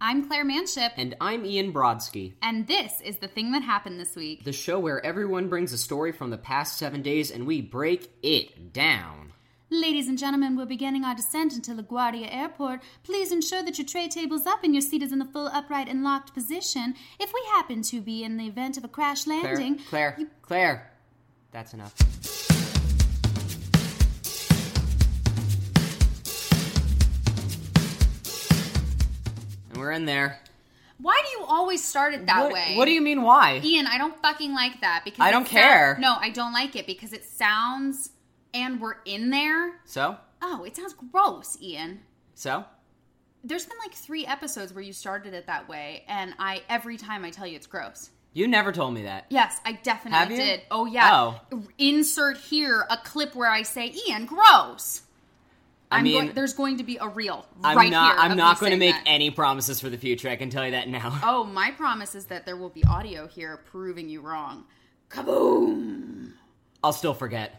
I'm Claire Manship, And I'm Ian Brodsky, and this is the thing that happened this week. the show where everyone brings a story from the past seven days and we break it down. Ladies and gentlemen, we're beginning our descent into LaGuardia Airport. Please ensure that your tray table's up and your seat is in the full upright and locked position. If we happen to be in the event of a crash Claire, landing, Claire, Claire, that's enough. And we're in there. why do you always start it that what, way? E- what do you mean? Why? Ian, I don't fucking like that because I it don't sou- care. No, I don't like it because it sounds and we're in there. So, Oh, it sounds gross, Ian. so, There's been like three episodes where you started it that way, and I every time I tell you it's gross. you never told me that. Yes, I definitely Have you? did. Oh yeah. Oh. Insert here a clip where I say Ian gross. I I'm mean, going, there's going to be a reel I'm right not. here. I'm not going to make any promises for the future. I can tell you that now. Oh, my promise is that there will be audio here proving you wrong. Kaboom! I'll still forget.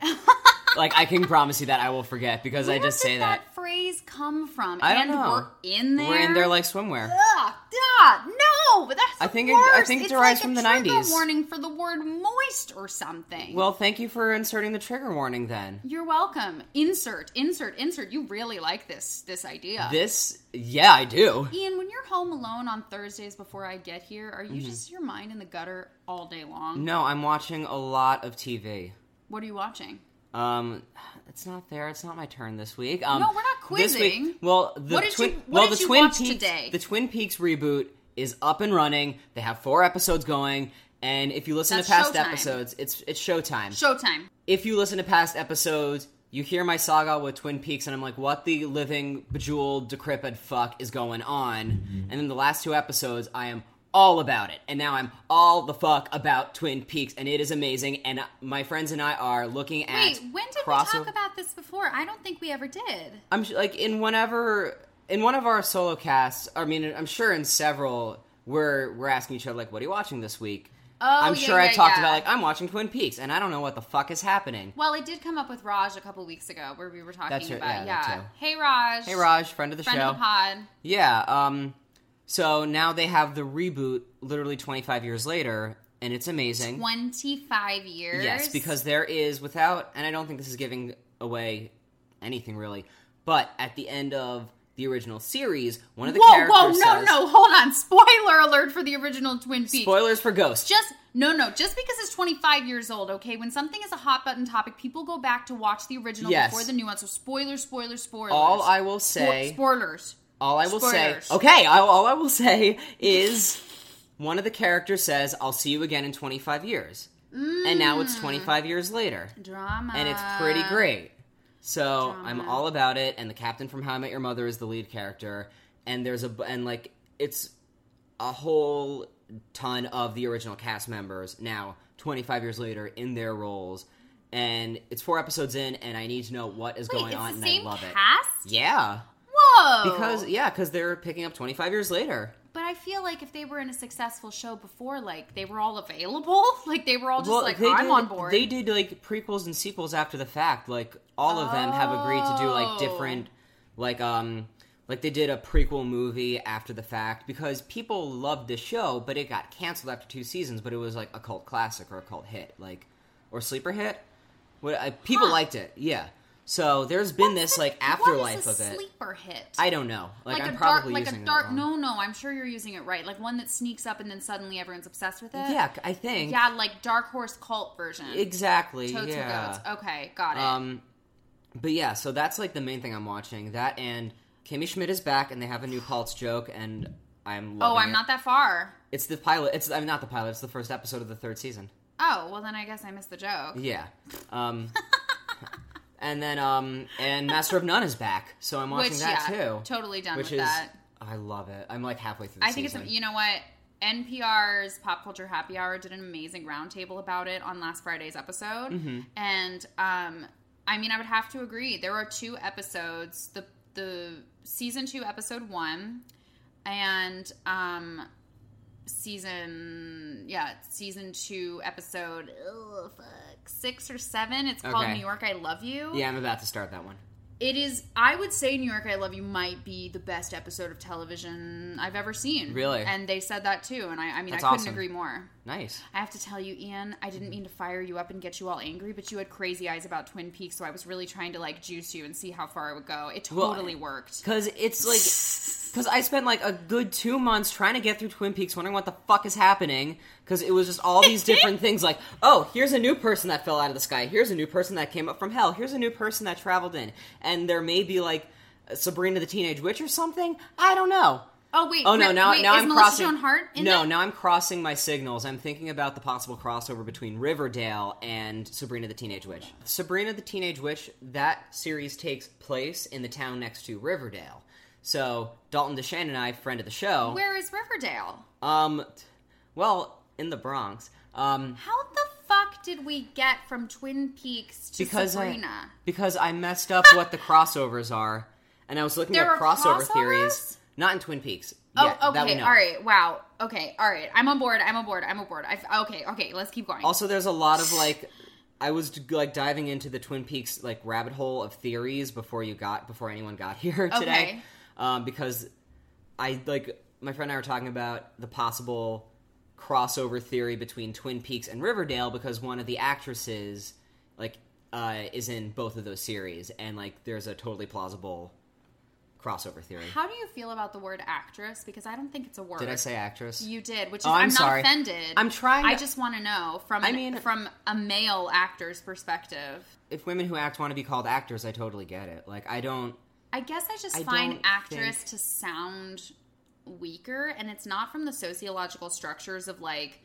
like I can promise you that I will forget because I Where just did say that. phrase come from? I and don't know. we're in there. We're in there like swimwear. Ugh, God, no! That's I the think it- I worst. think it it's derives like from a the trigger 90s. Warning for the word moist or something. Well, thank you for inserting the trigger warning then. you're welcome. Insert, insert, insert. You really like this this idea. This yeah, I do. Ian, when you're home alone on Thursdays before I get here, are you just your mind in the gutter all day long? Mm-hmm. No, I'm watching a lot of TV. What are you watching? Um it's not fair. It's not my turn this week. Um No, we're not this week- quizzing. well, the What did twin you- what well, did the you Twin watch Peaks today? the Twin Peaks reboot is up and running. They have 4 episodes going. And if you listen That's to past Showtime. episodes, it's it's Showtime. Showtime. if you listen to past episodes, you hear my saga with Twin Peaks, and I'm like, what the living, bejeweled, decrepit fuck is going on? And then the last two episodes, I am all about it. And now I'm all the fuck about Twin Peaks, and it is amazing. And uh, my friends and I are looking at. Wait, when did we crossover- talk about this before? I don't think we ever did. I'm sh- like, in whenever. In one of our solo casts, I mean, I'm sure in several, we're, we're asking each other, like, what are you watching this week? Oh, I'm yeah, sure I yeah, talked yeah. about, like, I'm watching Twin Peaks, and I don't know what the fuck is happening. Well, it did come up with Raj a couple weeks ago where we were talking That's right, about yeah, that yeah. too. Hey Raj. Hey, Raj, friend of the Friend show. of the pod. Yeah. Um. So now they have the reboot, literally 25 years later, and it's amazing. Twenty five years. Yes, because there is without, and I don't think this is giving away anything really, but at the end of the original series, one of the Whoa, characters whoa, no, says, no, hold on. Spoiler alert for the original Twin Peaks. spoilers for Ghost. just no no just because it's 25 years old okay when something is a hot button topic people go back to watch the original Yes. before the new one so spoiler spoiler spoiler All I will say, spoilers all I will spoilers. say, okay, I, all I will say is one of the characters says, "I'll see you again in 25 years," and now Mm. it's 25 years later. drama and it's pretty great. So I'm drama. all about it. And the captain from How I Met Your Mother is the lead character. And there's a b- and like it's a whole ton of the original cast members now 25 years later in their roles. And it's four episodes in, and I need to know what is Wait, going it's on, the and same I love it. cast Oh. Yeah, whoa because yeah, because they're picking up 25 years later. but i feel like if they were in a successful show before like they were all available like they were all just like i'm did, on board They did like prequels and sequels after the fact. Like all of them have agreed to do Oh. like different, like um, like they did a prequel movie after the fact because people loved the show, but it got canceled after two seasons. But it was like a cult classic or a cult hit, like or sleeper hit. What I, people Huh. liked it, yeah. So there's been this like afterlife what is a of it. sleeper hit I don't know. Like, like I'm a dark, probably like a using that dark. wrong. No, no, I'm sure you're using it right. Like one that sneaks up and then suddenly everyone's obsessed with it. Yeah, I think yeah, like dark horse cult version. exactly. Toads yeah. and goats. Okay, got it. Um, but yeah, so that's like the main thing I'm watching. That and Kimmy Schmidt is back, and they have a new Pulse joke, and I'm oh, loving I'm it. not that far. It's the pilot. It's I'm not the pilot. It's the first episode of the third season. Oh, well then I guess I missed the joke. Yeah. Um, and then um, and Master of None is back, so I'm watching Which that yeah, too. totally done Which with is that. I love it. I'm like halfway through. The I think season. it's you know what NPR's Pop Culture Happy Hour did an amazing roundtable about it on last Friday's episode, Mm-hmm. and um, I mean I would have to agree. There are two episodes the the season two episode one, and um, season yeah season two episode ugh, fuck, six or seven. It's called Okay. New York I Love You. yeah, I'm about to start that one. it is i would say new york i love you might be the best episode of television i've ever seen Really? and they said that too and i, I mean That's i couldn't awesome. agree more Nice. i have to tell you ian i didn't mean to fire you up and get you all angry but you had crazy eyes about twin peaks so i was really trying to like juice you and see how far it would go it Well, totally worked Cause it's like, cause I spent like a good two months trying to get through Twin Peaks, wondering what the fuck is happening. Cause it was just all these different things. Like, oh, here's a new person that fell out of the sky. Here's a new person that came up from hell. Here's a new person that traveled in, and there may be like Sabrina the Teenage Witch or something. I don't know. oh wait Oh no! wait, Now, wait, now is I'm Melissa crossing. Joan Hart in no, that? now I'm crossing my signals. I'm thinking about the possible crossover between Riverdale and Sabrina the Teenage Witch. Sabrina the Teenage Witch. That series takes place in the town next to Riverdale. So Dalton DeShane and I, friend of the show, where is riverdale um, well, in the Bronx, um, how the fuck did we get from twin peaks to because sabrina I, because I messed up what the crossovers are, and I was looking There at were crossover crossovers? theories. Not in Twin Peaks. Oh, yet, that we okay. know. All right. Wow. Okay. All right. I'm on board. I'm on board. I'm on board. I, okay. Okay. Let's keep going. Also, there's a lot of like, I was like diving into the Twin Peaks like rabbit hole of theories before you got before anyone got here today, Okay. um, because I like my friend and I were talking about the possible crossover theory between Twin Peaks and Riverdale because one of the actresses like uh, is in both of those series, and like there's a totally plausible crossover theory. How do you feel about the word actress? Because I don't think it's a word. Did I say actress? You did, which is Oh, I'm, I'm not sorry. offended. I'm trying I to- just want to know from I an- mean- from a male actor's perspective. if women who act want to be called actors, I totally get it. Like I don't. I guess I just I find don't actress think- to sound weaker, and it's not from the sociological structures of like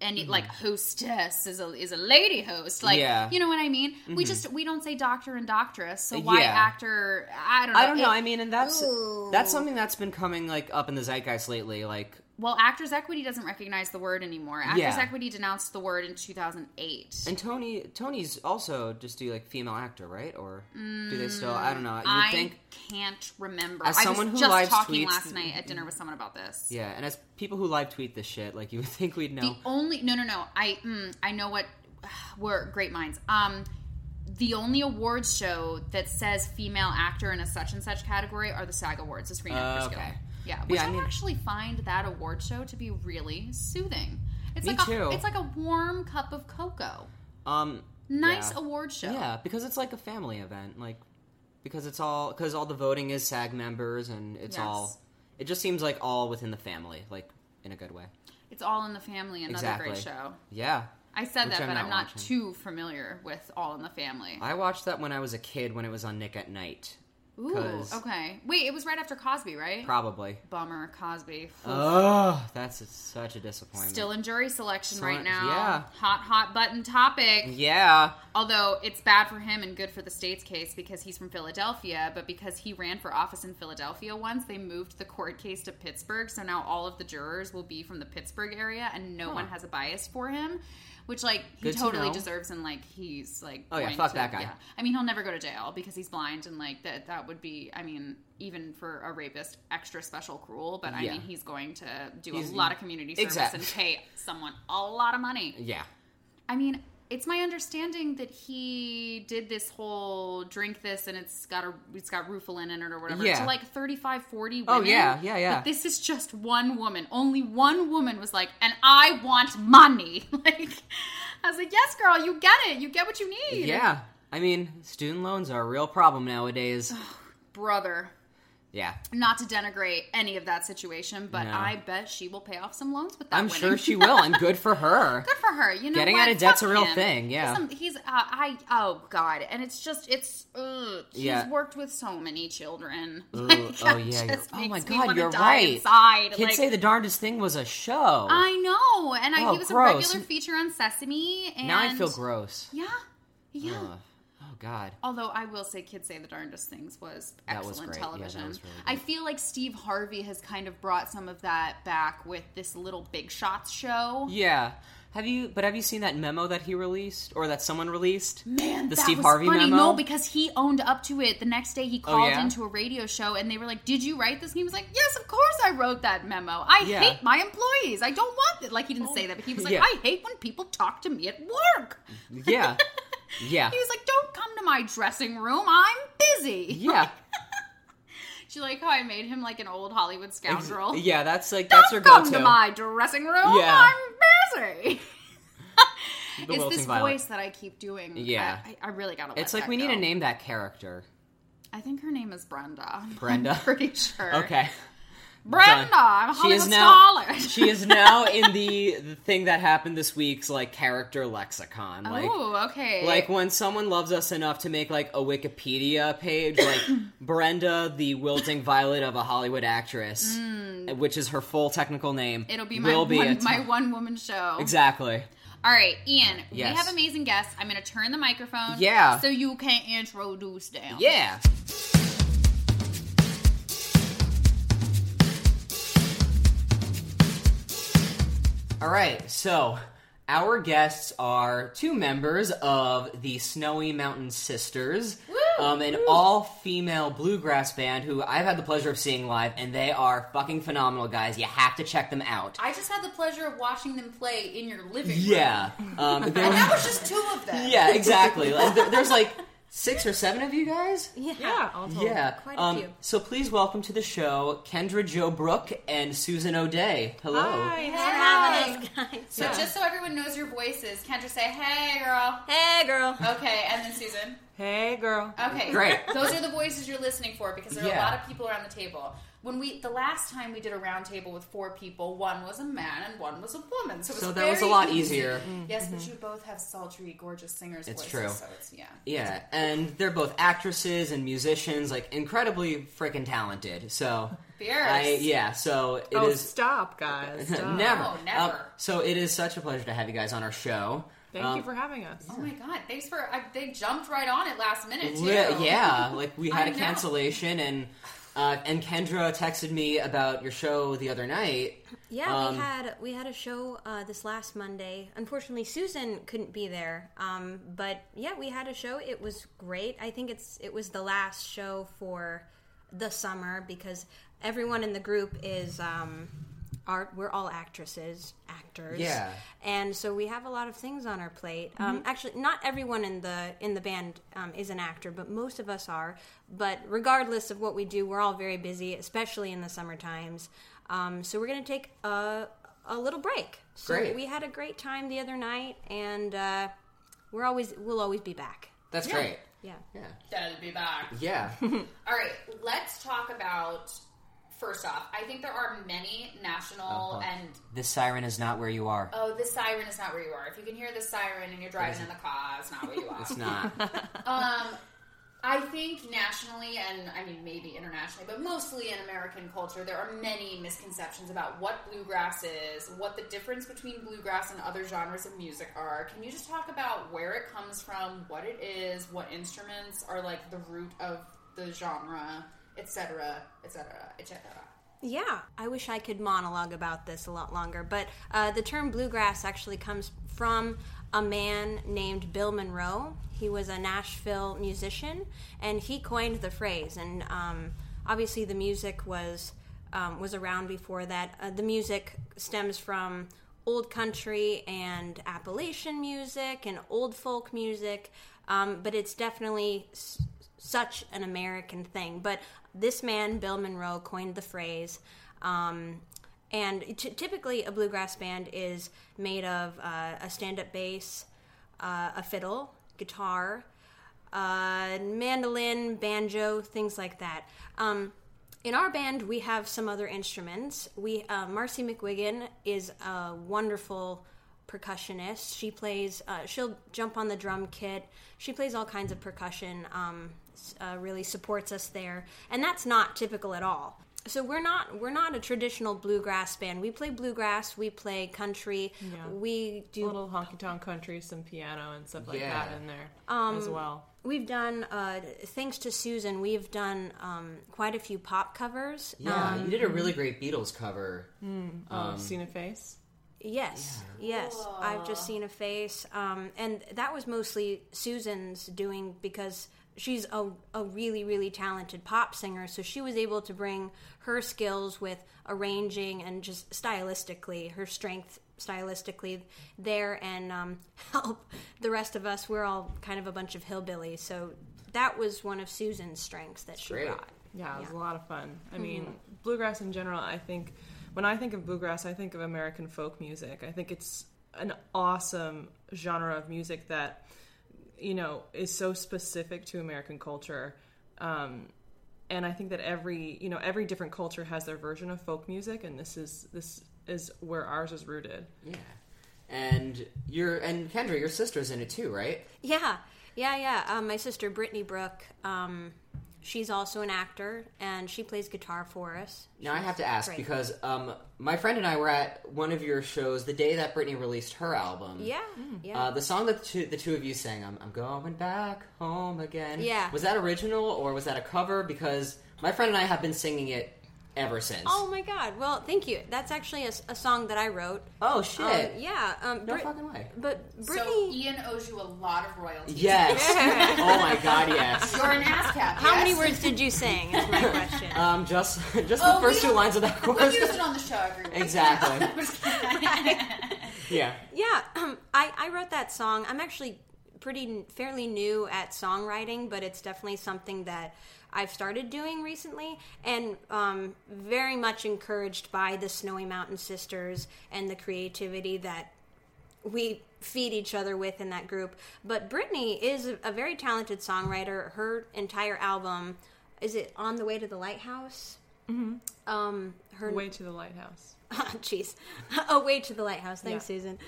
any like hostess is a is a lady host, like Mm-hmm. Yeah. Mm-hmm. you know what I mean. We just we don't say doctor and doctress, so why Yeah. actor? I don't know. I don't know. It- I mean, and that's Ooh. that's something that's been coming like up in the zeitgeist lately. Like, well, actors equity doesn't recognize the word anymore. Actors Yeah. equity denounced the word in two thousand eight. and Tony Tony's also just do like female actor, right? Or do they still? I don't know. You Mm, I think? can't remember. As I someone was who just live talking tweets- last night at dinner with someone about this. Yeah, and as people who live tweet this shit, like you would think we'd know. The only no no no I mm, I know what we're great minds. Um, the only awards show that says female actor in a such and such category are the SAG Awards, the Screen Actors Oh, Guild. okay. Yeah, which I I, mean- actually find that award show to be really soothing. It's Me like too. a it's like a warm cup of cocoa. um, Nice yeah. award show. Yeah, because it's like a family event, like because it's all because all the voting is SAG members, and it's Yes. all. It just seems like all within the family, like in a good way. It's all in the family. Another Exactly. great show. Yeah, I said Which that, I'm but not I'm not watching. too familiar with All in the Family. I watched that when I was a kid when it was on Nick at Night, Ooh, 'cause- okay. Wait, it was right after Cosby, right? probably. Bummer, Cosby. Oh, that's a- such a disappointment. Still in jury selection So- right now. yeah. Hot, hot button topic. yeah. Although it's bad for him and good for the state's case because he's from Philadelphia, but because he ran for office in Philadelphia once, they moved the court case to Pittsburgh. So now all of the jurors will be from the Pittsburgh area and no Huh. one has a bias for him, which like he Good to totally know. deserves and like he's like Oh, yeah, going fuck to- that guy. I mean, he'll never go to jail because he's blind and like that that would be I mean, even for a rapist extra special cruel, but I Yeah. mean, he's going to do He's- a lot of community service Exact- and pay someone a lot of money. Yeah. I mean, it's my understanding that he did this whole drink this and it's got a it's got Rufalin in it or whatever Yeah. to like 35 40 Oh, women. yeah, yeah, yeah. But this is just one woman. Only one woman was like, "And I want money." like I was like, "Yes, girl, you get it. You get what you need." Yeah. I mean, student loans are a real problem nowadays. Brother, Yeah. not to denigrate any of that situation, but No. I bet she will pay off some loans with that I'm winning. sure she will, and good for her. good for her. You know, Getting what? out of debt's Fuck a real him. thing, yeah. he's, he's uh, I oh god, and it's just it's ugh. he's Yeah. worked with so many children. Ooh, Like, oh that yeah. just Oh my makes me god, wanna you're die right. Inside, Kids like, say the darndest thing was a show. I know, and I, Oh, he was gross. a regular feature on Sesame. And now I feel gross. Yeah, yeah. Ugh. Oh god. Although I will say, Kids Say the Darndest Things was That was excellent great. Yeah, that television. was really good. I feel like Steve Harvey has kind of brought some of that back with this little Big Shots show. Yeah. Have you? But have you seen that memo that he released, or that someone released? Man, the that Steve was Harvey funny. memo. Oh, No, because he owned up to it. The next day, he called yeah? into a radio show, and they were like, "Did you write this?" And he was like, "Yes, of course, I wrote that memo. I Yeah. Oh, hate my employees. I don't want it." Like he didn't say that, but he was like, Yeah. "I hate when people talk to me at work." yeah. Yeah. He was like, "Don't come to my dressing room. I'm busy." Yeah. Do you like how I made him like an old Hollywood scoundrel? Yeah, that's like Don't that's her come go-to. to my dressing room. Yeah. I'm busy. The it's wilting this violet. voice that I keep doing. Yeah. I, I, I really gotta. Let It's like that we need go. to name that character. I think her name is Brenda. Brenda? I'm pretty sure. Okay. Brenda. Done. I'm a She Hollywood is now scholar. she is now in the, the thing that happened this week's like character lexicon. Like Ooh, okay. like when someone loves us enough to make like a Wikipedia page, like Brenda, the wilting violet of a Hollywood actress, which is her full technical name. Hmm. it'll be my will be a one, t- my one woman show. exactly. All right, Ian. Yes. We have amazing guests. I'm gonna turn the microphone. Yeah. So you can introduce them. Yeah. All right, so our guests are two members of the Snowy Mountain Sisters, Woo! um, an all female bluegrass band who I've had the pleasure of seeing live, and they are fucking phenomenal, guys. You have to check them out. I just had the pleasure of watching them play in your living room. Yeah. Um, they And were- that was just two of them. yeah, exactly. Like, there- there's like six or seven of you guys? Yeah, all Oh, told, Yeah. quite a um, few. So please welcome to the show Kendra Jo Brook and Susan O'Day. Hello. thanks Hey. for having us, guys. So just so everyone knows your voices, Kendra say, "Hey, girl." Hey, girl. Okay, and then Susan. Hey, girl. Okay, Great. Those are the voices you're listening for because there are Yeah. a lot of people around the table. When we the last time we did a round table with four people, one was a man and one was a woman, so, it was So that was a very lot easy. easier. Yes, but you both have sultry, gorgeous singers. It's voices, true. So it's yeah. Yeah, and they're both actresses and musicians, like incredibly freaking talented. So, Fierce. I yeah. So it is oh, stop, guys. Stop. never, No, Oh, never. Um, so it is such a pleasure to have you guys on our show. Thank Um, you for having us. Oh my god! Thanks for I, they jumped right on it last minute too. li- yeah, like we had I a know. cancellation, and uh, and Kendra texted me about your show the other night. Yeah, Um, we had we had a show uh, this last Monday. Unfortunately, Susan couldn't be there. Um, but yeah, we had a show. It was great. I think it's it was the last show for the summer because everyone in the group is um, are we're all actresses, actors. Yeah. and so we have a lot of things on our plate. Um, actually, not everyone in the in the band um, is an actor, but most of us are. But regardless of what we do, we're all very busy, especially in the summer times. Um, so we're going to take a a little break. So Great. We had a great time the other night, and uh, we're always we'll always be back. That's great. Yeah. Yeah, That'll be back. yeah. All right, let's talk about. First off, I think there are many national Uh-huh. and this siren is not where you are. oh, this siren is not where you are. If you can hear the siren and you're driving in the car, it's not where you are. It's not. Um, I think nationally, and I mean maybe internationally, but mostly in American culture, there are many misconceptions about what bluegrass is, what the difference between bluegrass and other genres of music are. Can you just talk about where it comes from, what it is, what instruments are like the root of the genre, etc., etc., etc.? Yeah, I wish I could monologue about this a lot longer, but uh, the term bluegrass actually comes from a man named Bill Monroe. He was a Nashville musician, and he coined the phrase. And um, obviously, the music was um, was around before that. Uh, the music stems from old country and Appalachian music and old folk music, um, but it's definitely s- such an American thing. But this man, Bill Monroe, coined the phrase. Um, and t- typically, a bluegrass band is made of uh, a stand up bass, uh, a fiddle, guitar, uh, mandolin, banjo, things like that. Um, in our band, we have some other instruments. We uh, Marcy McWiggin is a wonderful percussionist. She plays. Uh, she'll jump on the drum kit. She plays all kinds of percussion. Um, s- uh, really supports us there, and that's not typical at all. So we're not we're not a traditional bluegrass band. We play bluegrass. We play country. Yeah. We A do little honky tonk country, some piano and stuff like Yeah. that in there Um, as well. We've done, uh, thanks to Susan, we've done um, quite a few pop covers. Yeah, Um, you did a really great Beatles cover. Um, seen a face. yes, yes. I've just seen a face. Um, and that was mostly Susan's doing because she's a, a really really talented pop singer so she was able to bring her skills with arranging and just stylistically her strength stylistically there and um, help the rest of us we're all kind of a bunch of hillbillies so that was one of susan's strengths that she Great. brought Yeah, it was a lot of fun. I mean, bluegrass in general, I think when I think of bluegrass, I think of American folk music. I think it's an awesome genre of music that you know is so specific to American culture. Um and I think that every you know every different culture has their version of folk music, and this is this is where ours is rooted. Yeah. And your and Kendra, your sister's in it too, right? Yeah, yeah, yeah. Um, my sister Brittany Brooke, um, she's also an actor and she plays guitar for us. Hmm. Now I have to ask Right. because um, my friend and I were at one of your shows the day that Britney released her album. Yeah, Hmm. yeah. Uh, the song that the two, the two of you sang, I'm, I'm going back home again. Yeah. Was that original or was that a cover? Because my friend and I have been singing it ever since. oh my God. Well, thank you. That's actually a, s- a song that I wrote. Oh, shit. Um, yeah. Um, No Brit- fucking way. But So Brittany, Ian owes you a lot of royalties. Yes. oh my god, yes. You're an ass cap. how many yes. words did you sing? Is my question. Um, just just Oh, the first we- two lines of that We chorus. use it on the show every week. exactly. yeah. yeah, um, I I wrote that song. I'm actually pretty n- fairly new at songwriting, but it's definitely something that I've started doing recently, and um, very much encouraged by the Snowy Mountain Sisters and the creativity that we feed each other with in that group. But Brittany is a- a very talented songwriter. Her entire album is it on the way to the lighthouse. Mm-hmm. Um, her Way to the lighthouse. Jeez. oh, way to the lighthouse. Thanks, Susan.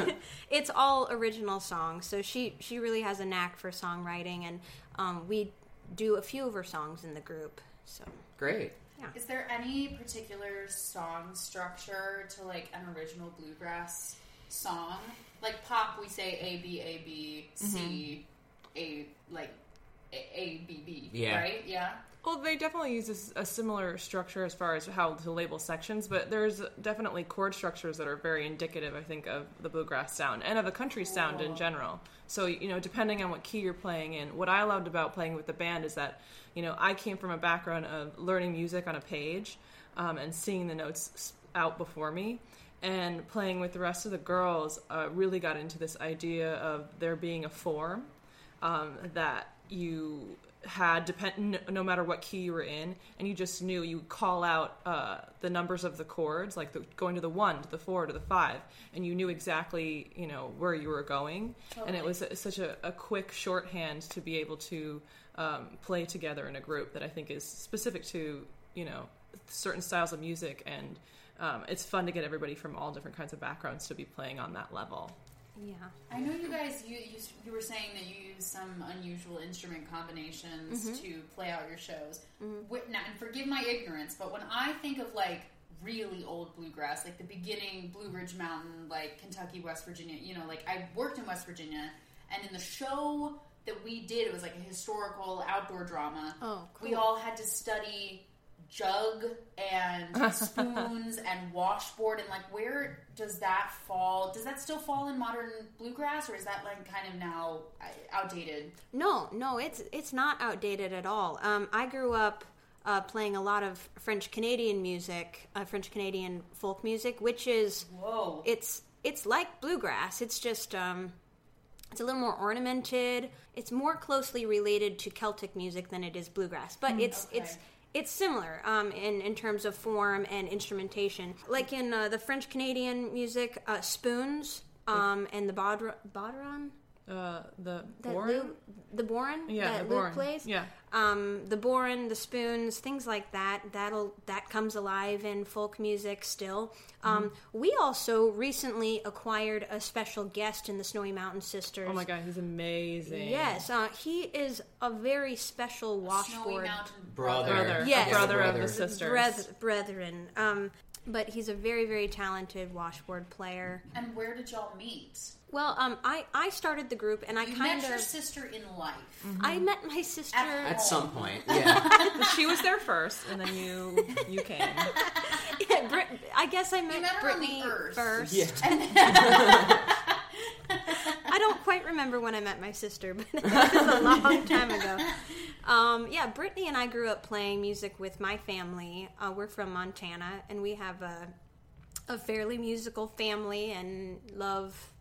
it's all original songs, so she she really has a knack for songwriting, and um, we do a few of her songs in the group. So Great. Is there any particular song structure to like an original bluegrass song? Like pop, we say A B A B C A like A A B B. Yeah. Right? Yeah. Well, they definitely use this, a similar structure as far as how to label sections, but there's definitely chord structures that are very indicative, I think, of the bluegrass sound and of the country sound in general. So, you know, depending on what key you're playing in, what I loved about playing with the band is that, you know, I came from a background of learning music on a page um, and seeing the notes s- out before me. And playing with the rest of the girls uh, really got into this idea of there being a form um, that you had depend no, no matter what key you were in and you just knew you would call out uh, the numbers of the chords like the, going to the one to the four to the five and you knew exactly you know where you were going and it was a, such a, a quick shorthand to be able to um, play together in a group that i think is specific to you know certain styles of music and um, it's fun to get everybody from all different kinds of backgrounds to be playing on that level yeah, I know you guys you you, s- you were saying that you use some unusual instrument combinations to play out your shows. Wh- now, and forgive my ignorance, but when I think of like really old bluegrass, like the beginning Blue Ridge Mountain, like Kentucky, West Virginia, you know, like I worked in West Virginia, and in the show that we did, it was like a historical outdoor drama. Oh, we cool. all had to study jug and spoons and washboard and like where does that fall does that still fall in modern bluegrass or is that like kind of now uh, outdated no, no, it's it's not outdated at all. Um, I grew up. Uh, playing a lot of French Canadian music, uh, French Canadian folk music, which is whoa it's it's like bluegrass. It's just um, it's a little more ornamented. It's more closely related to Celtic music than it is bluegrass, but it's Hmm, okay. it's it's similar um, in in terms of form and instrumentation. Like in uh, the French Canadian music, uh, spoons Hmm. um, and the bodr- bodron. uh, the That boron? Luke, the Boren yeah that the Luke boron. plays, yeah um, the boron, the spoons, things like that. That'll that comes alive in folk music still. Mm-hmm. Um, We also recently acquired a special guest in the Snowy Mountain Sisters. Oh my god, he's amazing. Yes, uh, he is a very special snowy washboard mountain Brother. Brother. Yes. Brother, of Brother. the sisters. breth- brethren. Um, but he's a very very talented washboard player. and where did y'all meet Well, um, I I started the group and I you kind met your of Mm-hmm. sister in life I Mm-hmm. met my sister. At some point. Yeah. she was there first, and then you you came. Brit- I guess I met, met her on the Brittany earth. first. yeah. I don't quite remember when I met my sister, but it was a long time ago. Um, yeah, Brittany and I grew up playing music with my family. Uh, we're from Montana, and we have a a fairly musical family and love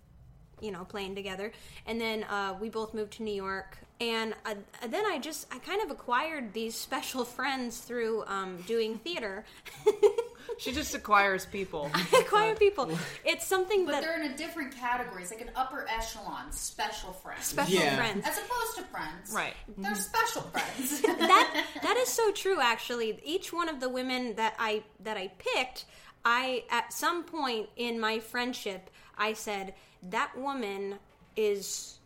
you know playing together and then uh, we both moved to new york and uh, then i just i kind of acquired these special friends through um, doing theater She just acquires people. acquire people it's something But that they're in a different category. It's like an upper echelon special friend. special Yeah. friends As opposed to friends. Right. Mm-hmm. They're special friends. that that is so true actually each one of the women that i that i picked i at some point in my friendship i said that woman is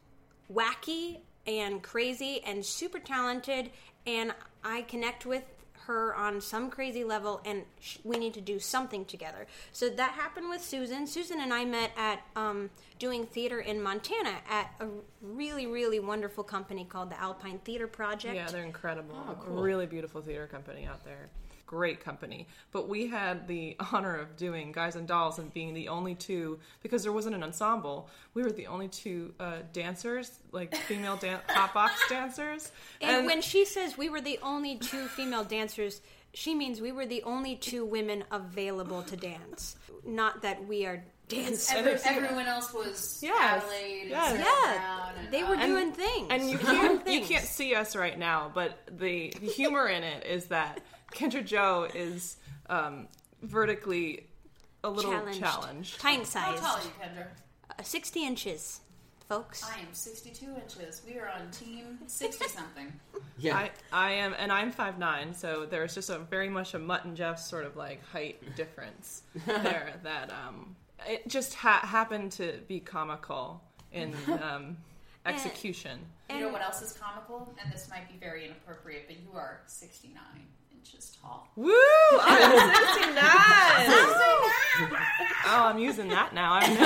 wacky and crazy and super talented and i connect with her on some crazy level and sh- we need to do something together so that happened with susan susan and i met at um, doing theater in montana at a really really wonderful company called the alpine theater project Yeah, they're incredible. Oh, Really beautiful theater company out there. Great company. But we had the honor of doing Guys and Dolls and being the only two, because there wasn't an ensemble, we were the only two uh, dancers, like female dan- pop box dancers. And, when she says we were the only two female dancers, she means we were the only two women available to dance. Not that we are dancers. Every, everyone else was Yes. Adelaide and Yes. Sarah Yeah, Brown and, they were uh, doing things. And you Doing can't you things. can't see us right now, but the humor in it is that Kendra Joe is um, vertically a little challenged. pint How sized, tall are you, Kendra? sixty inches, folks. I am 62 inches. We are on team 60 something. Yeah. I, I am, and I'm five nine, so there's just a very much a Mutt and Jeff sort of like height difference there that um, it just ha- happened to be comical in um, execution. You know what else is comical? And this might be very inappropriate, but you are 69 inches tall. Woo! Oh, I'm 69! oh, I'm using that now. I've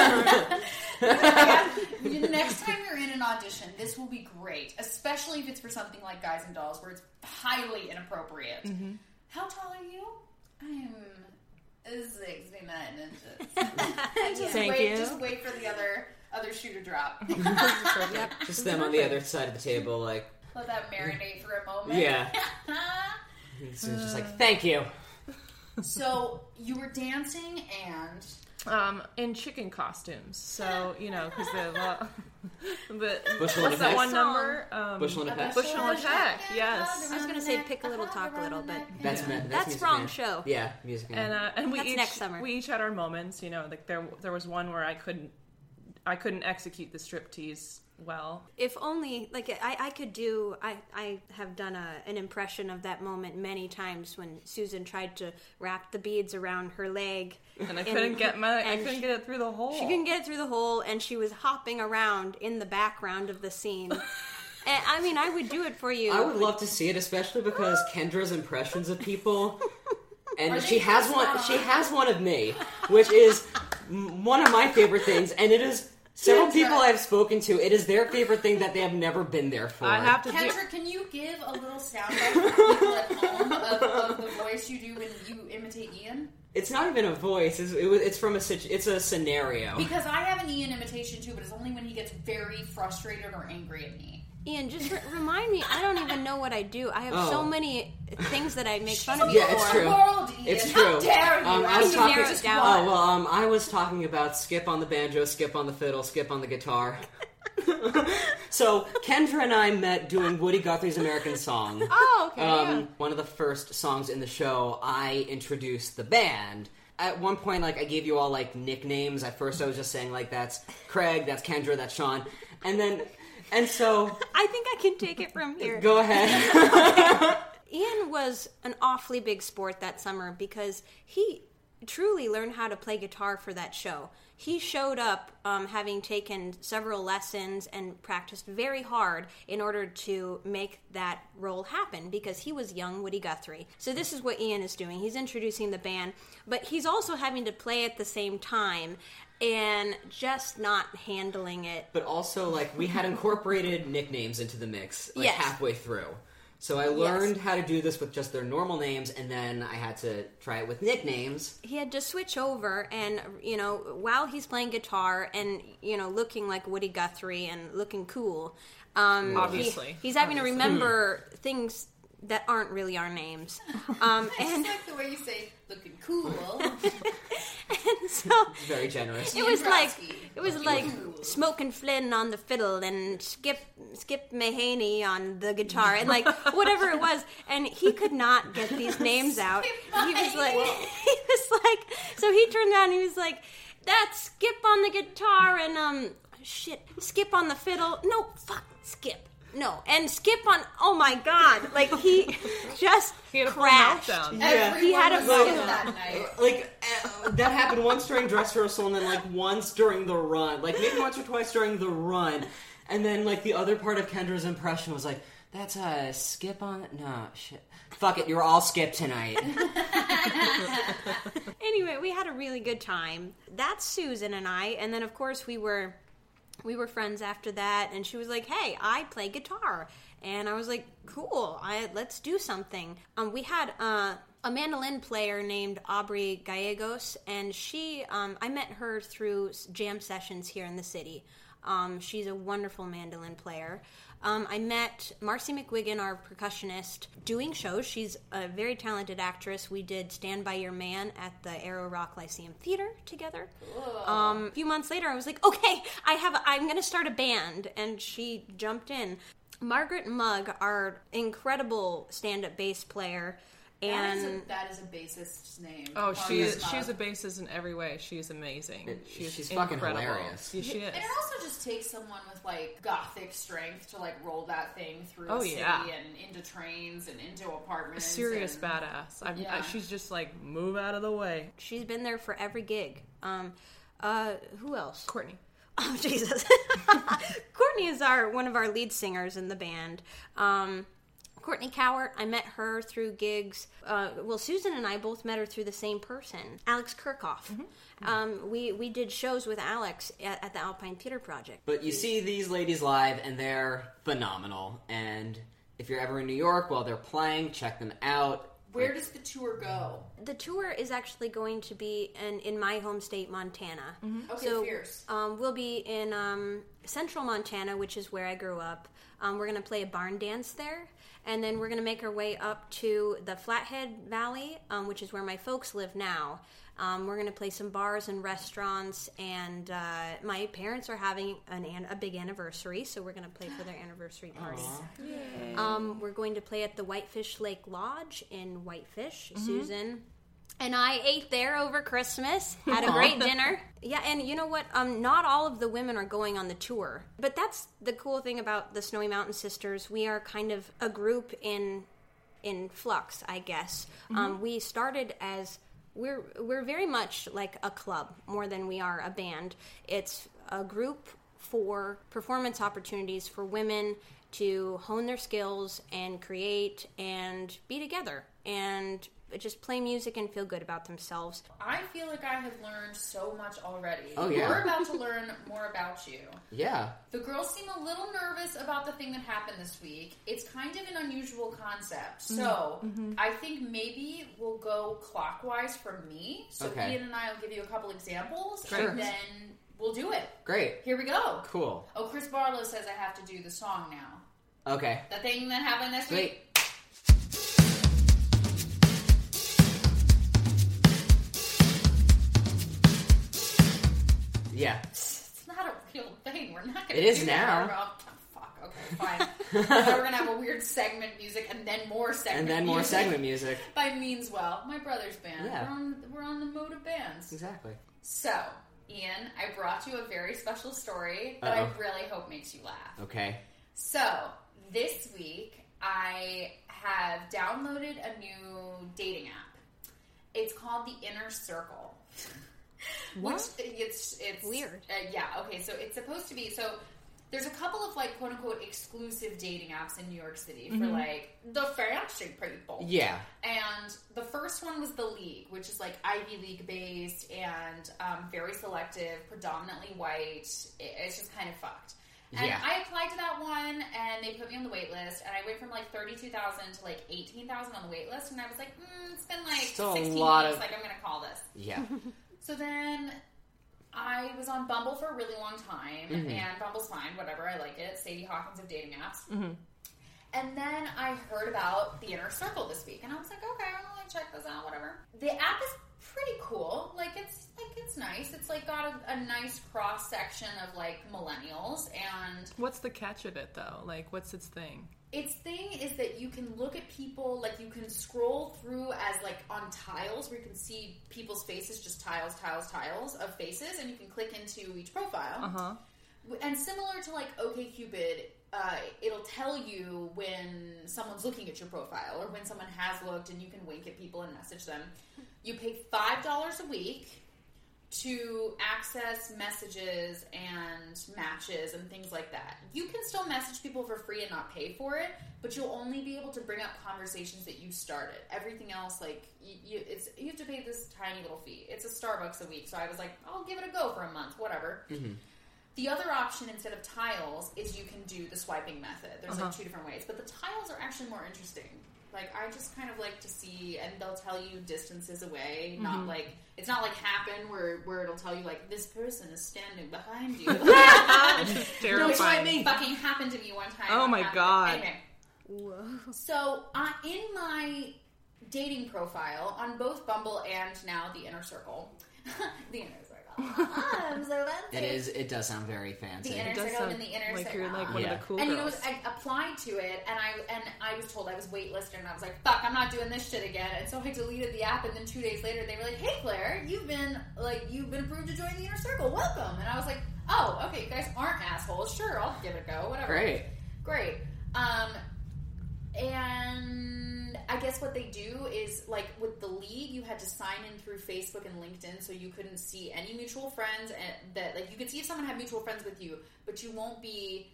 never. The next time you're in an audition, this will be great, especially if it's for something like Guys and Dolls, where it's highly inappropriate. Mm-hmm. How tall are you? I'm 69 inches. just Thank wait, you. Just wait for the other other shoe to drop. Just them on the other side of the table, like, Let that marinate for a moment. yeah. so it's just Uh, like, thank you. so you were dancing and Um, in chicken costumes, so you know, because the well, the Bushel and what's a that peck. one number? Um, Bushel and a peck. Bushel and a peck. Yes. I was gonna say pick a little, talk a little, but That's, me- That's music wrong man. show. Yeah, music. and Man. uh, and we That's each next summer. we each had our moments. You know, like there there was one where I couldn't I couldn't execute the striptease well. if only like I, I could do I, I have done a, an impression of that moment many times when Susan tried to wrap the beads around her leg And I couldn't get my I couldn't she- get it through the hole. She couldn't get it through the hole, and she was hopping around in the background of the scene. and, I mean, I would do it for you. I would love to see it, especially because Kendra's impressions of people, Are and they she has just one. wrong? She has one of me, which is m- one of my favorite things, and it is several Kendra. people I've spoken to. It is their favorite thing that they have never been there for. I have to do Kendra, can you give a little sound bite for people at home of, of the voice you do when you imitate Ian? It's not even a voice. It's, it, was- it's from a situ- it's a scenario. Because I have an Ian imitation too, but it's only when he gets very frustrated or angry at me. Ian, just re- remind me. I don't even know what I do. I have so Oh. many things that I make fun of you Yeah, it's for. true. World, Ian. It's How true. dare you? Um, I I'm was gonna talking. narrow it down. Oh well, um, I was talking about skip on the banjo, skip on the fiddle, skip on the guitar. so Kendra and I met doing Woody Guthrie's American Song. Oh, okay. Um, One of the first songs in the show, I introduced the band. At one point, like I gave you all like nicknames. At first, I was just saying like that's Craig, that's Kendra, that's Sean, and then and so I think I can take it from here. go ahead. Ian was an awfully big sport that summer because he truly learned how to play guitar for that show. He showed up um, having taken several lessons and practiced very hard in order to make that role happen because he was young Woody Guthrie. So, this is what Ian is doing. He's introducing the band, but he's also having to play at the same time and just not handling it. But also, like we had incorporated nicknames into the mix like Yes. halfway through. So I learned how to do this with just their normal names, and then I had to try it with nicknames. he had to switch over and you know while he's playing guitar and you know looking like woody guthrie and looking cool um he- Obviously. he's having to remember things that aren't really our names um and like the way you say looking cool. so It's very generous. it was like Dombrowski. it was like smoking flynn on the fiddle and skip skip mahaney on the guitar and like whatever it was and he could not get these names out he was like he was like so he turned around and he was like that's skip on the guitar and um shit skip on the fiddle no fuck skip no and skip on oh my god like he just He had a full crashed meltdown. Yeah. Everyone He had a was vote. sick that night. Like uh, that happened once during dress rehearsal, and then like once during the run, like maybe once or twice during the run, and then like the other part of Kendra's impression was like, "That's a skip on no shit, fuck it, you're all skip tonight." anyway, we had a really good time. That's Susan and I, and then of course we were we were friends after that and she was like, "Hey, I play guitar." And I was like, "Cool. I let's do something." Um we had uh a mandolin player named Aubrey Gallegos, and she, um, I met her through s- jam sessions here in the city. Um, she's a wonderful mandolin player. Um, I met Marcy McWiggin, our percussionist, doing shows. She's a very talented actress. We did Stand By Your Man at the Arrow Rock Lyceum Theater together. Um, a few months later, I was like, okay, I have, a, I'm going to start a band. And she jumped in. Margaret Mugg, our incredible stand up bass player, That and is a, that is a bassist's name. Oh, she Margaret is, she's a Mugg. bassist in every way. She's amazing. She's, she's fucking incredible. hilarious. Yeah, she And is. it also just takes someone with like gothic strength to like roll that thing through Oh, the city yeah. and into trains and into apartments. Serious and- badass. I'm, I, Yeah. she's just like move out of the way, she's been there for every gig. Um, uh, who else? Courtney. Oh Jesus! Courtney is our one of our lead singers in the band. Um, Courtney Cowart, I met her through gigs. Uh, well, Susan and I both met her through the same person, Alex Kirchhoff. Um, we we did shows with Alex at, at the Alpine Theater Project. But you see these ladies live, and they're phenomenal. And if you're ever in New York while they're playing, check them out. Where does the tour go? The tour is actually going to be in, in my home state, Montana. Okay, fierce. Um, we'll be in um, central Montana, which is where I grew up. Um, we're going to play a barn dance there, and then we're going to make our way up to the Flathead Valley, um, which is where my folks live now. Um, we're going to play some bars and restaurants, and uh, my parents are having an, an a big anniversary, so we're going to play for their anniversary party. Um, we're going to play at the Whitefish Lake Lodge in Whitefish, Susan. And I ate there over Christmas. Had a great dinner. Yeah, and you know what? Um, not all of the women are going on the tour, but that's the cool thing about the Snowy Mountain Sisters. We are kind of a group in in flux, I guess. Um, we started as we're we're very much like a club more than we are a band. It's a group for performance opportunities for women to hone their skills and create and be together and just play music and feel good about themselves. I feel like I have learned so much already. Oh, yeah. We're about to learn more about you. Yeah. The girls seem a little nervous about the thing that happened this week. It's kind of an unusual concept. So I think maybe we'll go clockwise from me. So Okay. Ian and I will give you a couple examples Sure. and then we'll do it. Great. Here we go. Cool. Oh, Chris Barlow says I have to do the song now. Okay. The thing that happened this Wait. week. Yeah. It's not a real thing. We're not going to It is do that. now. Oh, fuck. Okay, fine. now we're going to have a weird segment music and then more segment And then more music. segment music. by Meanswell, my brother's band. Yeah. We're, on, we're on the mode of bands. Exactly. So, Ian, I brought you a very special story that Uh-oh. I really hope makes you laugh. Okay. So, this week I have downloaded a new dating app. It's called the Inner Circle. What? Which it's it's Weird. Uh, yeah. Okay. So it's supposed to be so. There's a couple of like quote unquote exclusive dating apps in New York City for Mm-hmm. like the fancy people. Yeah. And the first one was the league, which is like Ivy League based and um, very selective, predominantly white. It- It's just kind of fucked. And Yeah. I applied to that one, and they put me on the wait list, and I went from like thirty-two thousand to like eighteen thousand on the wait list, and I was like, mm, it's been like Still a sixteen lot weeks. of- Like I'm gonna call this. Yeah. So then I was on Bumble for a really long time, and Bumble's fine, whatever, I like it. Sadie Hawkins of dating apps. And then I heard about the Inner Circle this week, and I was like, okay, I'll like, check this out, whatever. The app is pretty cool. Like it's like it's nice. It's like got a, a nice cross section of like millennials, and What's the catch of it though? Like, what's its thing? its thing is that you can look at people like you can scroll through as like on tiles where you can see people's faces just tiles tiles tiles of faces and you can click into each profile Uh huh. W- and similar to like okcupid uh, it'll tell you when someone's looking at your profile or when someone has looked and you can wink at people and message them you pay five dollars a week to access messages and matches and things like that. You can still message people for free and not pay for it, but you'll only be able to bring up conversations that you started. Everything else, like you, you, it's you have to pay this tiny little fee. It's a Starbucks a week, so I was like, I'll give it a go for a month, whatever. The other option instead of tiles is you can do the swiping method. There's like Uh-huh. two different ways, but the tiles are actually more interesting. Like I just kind of like to see, and they'll tell you distances away, Mm-hmm. not like it's not like happen where where it'll tell you like this person is standing behind you. Which Terrifying. fucking happened to me one time. Oh on my Happen. God. Anyway, Whoa. so uh, in my dating profile on both Bumble and now the Inner Circle, the Inner Circle. I'm so fancy. It is. It does sound very fancy. The inner- It does Instagram sound and the inner like you're like Instagram. one Yeah. of the cool and you know, girls. I applied to it, and I and I was told I was waitlisted, and I was like, "Fuck, I'm not doing this shit again." And so I deleted the app, and then two days later, they were like, "Hey, Claire, you've been like you've been approved to join the inner circle. Welcome." And I was like, "Oh, okay, you guys aren't assholes. Sure, I'll give it a go. Whatever. Great. great." Um, and I guess what they do is like with the league, you had to sign in through Facebook and LinkedIn, so you couldn't see any mutual friends. And that like you could see if someone had mutual friends with you, but you won't be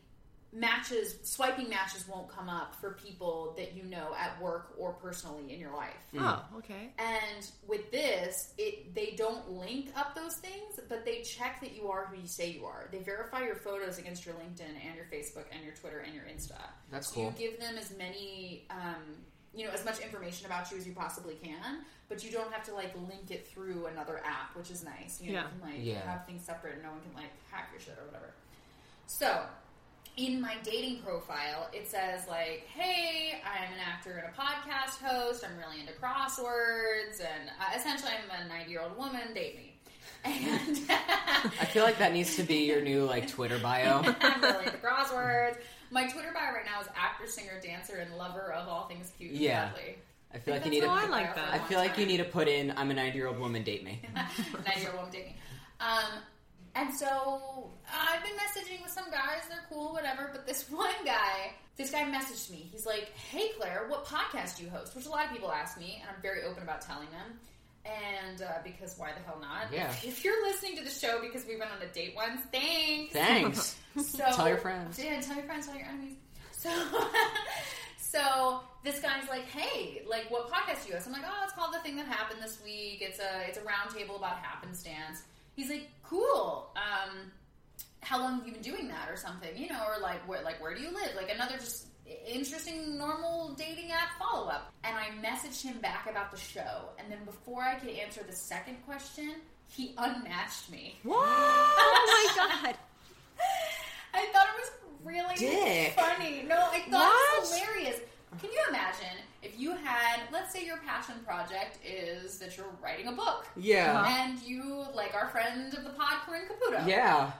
matches swiping matches won't come up for people that you know at work or personally in your life. oh, okay. And with this, it they don't link up those things, but they check that you are who you say you are. They verify your photos against your LinkedIn and your Facebook and your Twitter and your Insta. That's so cool. You give them as many, um, you know, as much information about you as you possibly can, but you don't have to like link it through another app, which is nice. You know, Yeah. you can like Yeah. have things separate, and no one can like hack your shit or whatever. So, in my dating profile, it says like, "Hey, I'm an actor and a podcast host. I'm really into crosswords, and uh, essentially, I'm a 90 year old woman. Date me." And I feel like that needs to be your new like Twitter bio. I'm really into crosswords. My Twitter bio right now is actor, singer, dancer, and lover of all things cute Yeah. and lovely. I feel like you That's need. how To, Oh, I I like that. I feel like you need to put in. I'm a 90 year old woman. Date me. Nine year old dating. Um, and so uh, I've been messaging with some guys. They're cool, whatever. But this one guy, this guy messaged me. He's like, "Hey Claire, what podcast do you host?" Which a lot of people ask me, and I'm very open about telling them. And uh, because why the hell not? Yeah. If you're listening to the show because we went on a date once, thanks. Thanks. So Tell your friends. Yeah, tell your friends, tell your enemies. So so this guy's like, hey, like what podcast do you have? So I'm like, oh, it's called The Thing That Happened This Week. It's a it's a roundtable about happenstance. He's like, cool. Um, how long have you been doing that or something? You know, or like where like where do you live? Like another just interesting normal dating app follow up. And I messaged him back about the show, and then before I could answer the second question, he unmatched me. Oh my god. I thought it was really Dick. funny. No, I thought it was What? hilarious. Can you imagine if you had, let's say, your passion project is that you're writing a book, Yeah. and you like our friend of the pod, Corinne Caputo, Yeah.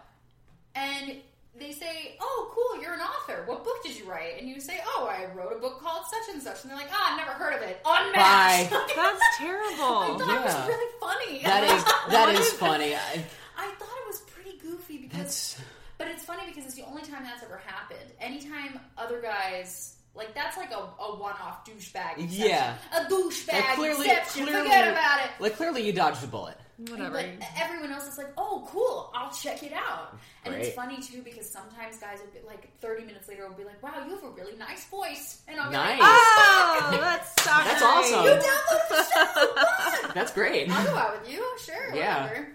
and they say, "Oh, cool, you're an author. What book did you write?" And you say, "Oh, I wrote a book called such and such," and they're like, "Ah, never heard of it. Unmatched." Bye. That's I terrible. thought it Yeah. was really funny. That is that is funny. I, I thought it was pretty goofy because that's But it's funny because it's the only time that's ever happened. Anytime other guys like that's like a, a one off douchebag. exception. Yeah. a douchebag like, clearly exception. clearly Forget about it. Like clearly you dodged a bullet. Whatever. But everyone else is like, "Oh, cool! I'll check it out." And it's Great. funny too because sometimes guys will be like, thirty minutes later, will be like, "Wow, you have a really nice voice," and I'll be Nice. like, "Ah, Oh, that's so That's nice. awesome. "You downloaded the show? What? That's great. I'll go out with you, sure, Yeah. whatever."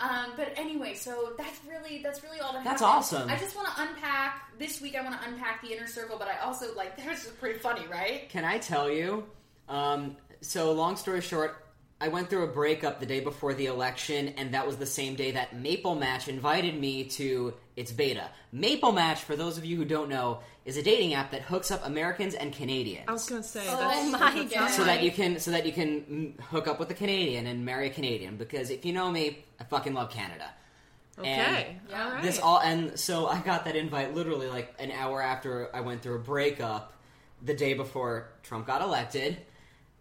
Um, but anyway, so that's really that's really all that. That's happened. awesome. I just want to unpack this week. I want to unpack the inner circle, but I also like that was just pretty funny, right? Can I tell you? Um, so, long story short, I went through a breakup the day before the election, and that was the same day that Maple Match invited me to its beta. Maple Match, for those of you who don't know, is a dating app that hooks up Americans and Canadians. I was gonna say. Oh that's, my that's- God. so that you can so that you can mm, hook up with a Canadian and marry a Canadian because if you know me, I fucking love Canada. Okay. And Yeah. All right. this all and so I got that invite literally like an hour after I went through a breakup the day before Trump got elected.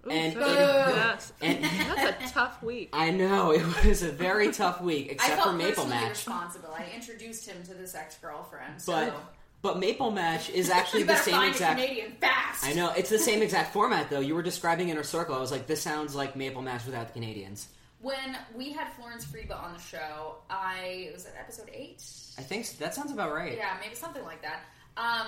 and Ooh, it- that's- and- that's a tough week. I know it was a very tough week I except felt for Maple personally Match. responsible. I introduced him to this ex girlfriend. So But but Maple Match is actually you the better same find exact a Canadian fast. I know it's the same exact format though. You were describing Inner Circle. I was like this sounds like Maple Match without the Canadians. When we had Florence Friba on the show, I was at episode eight. I think so. that sounds about right. Yeah, maybe something like that. Um,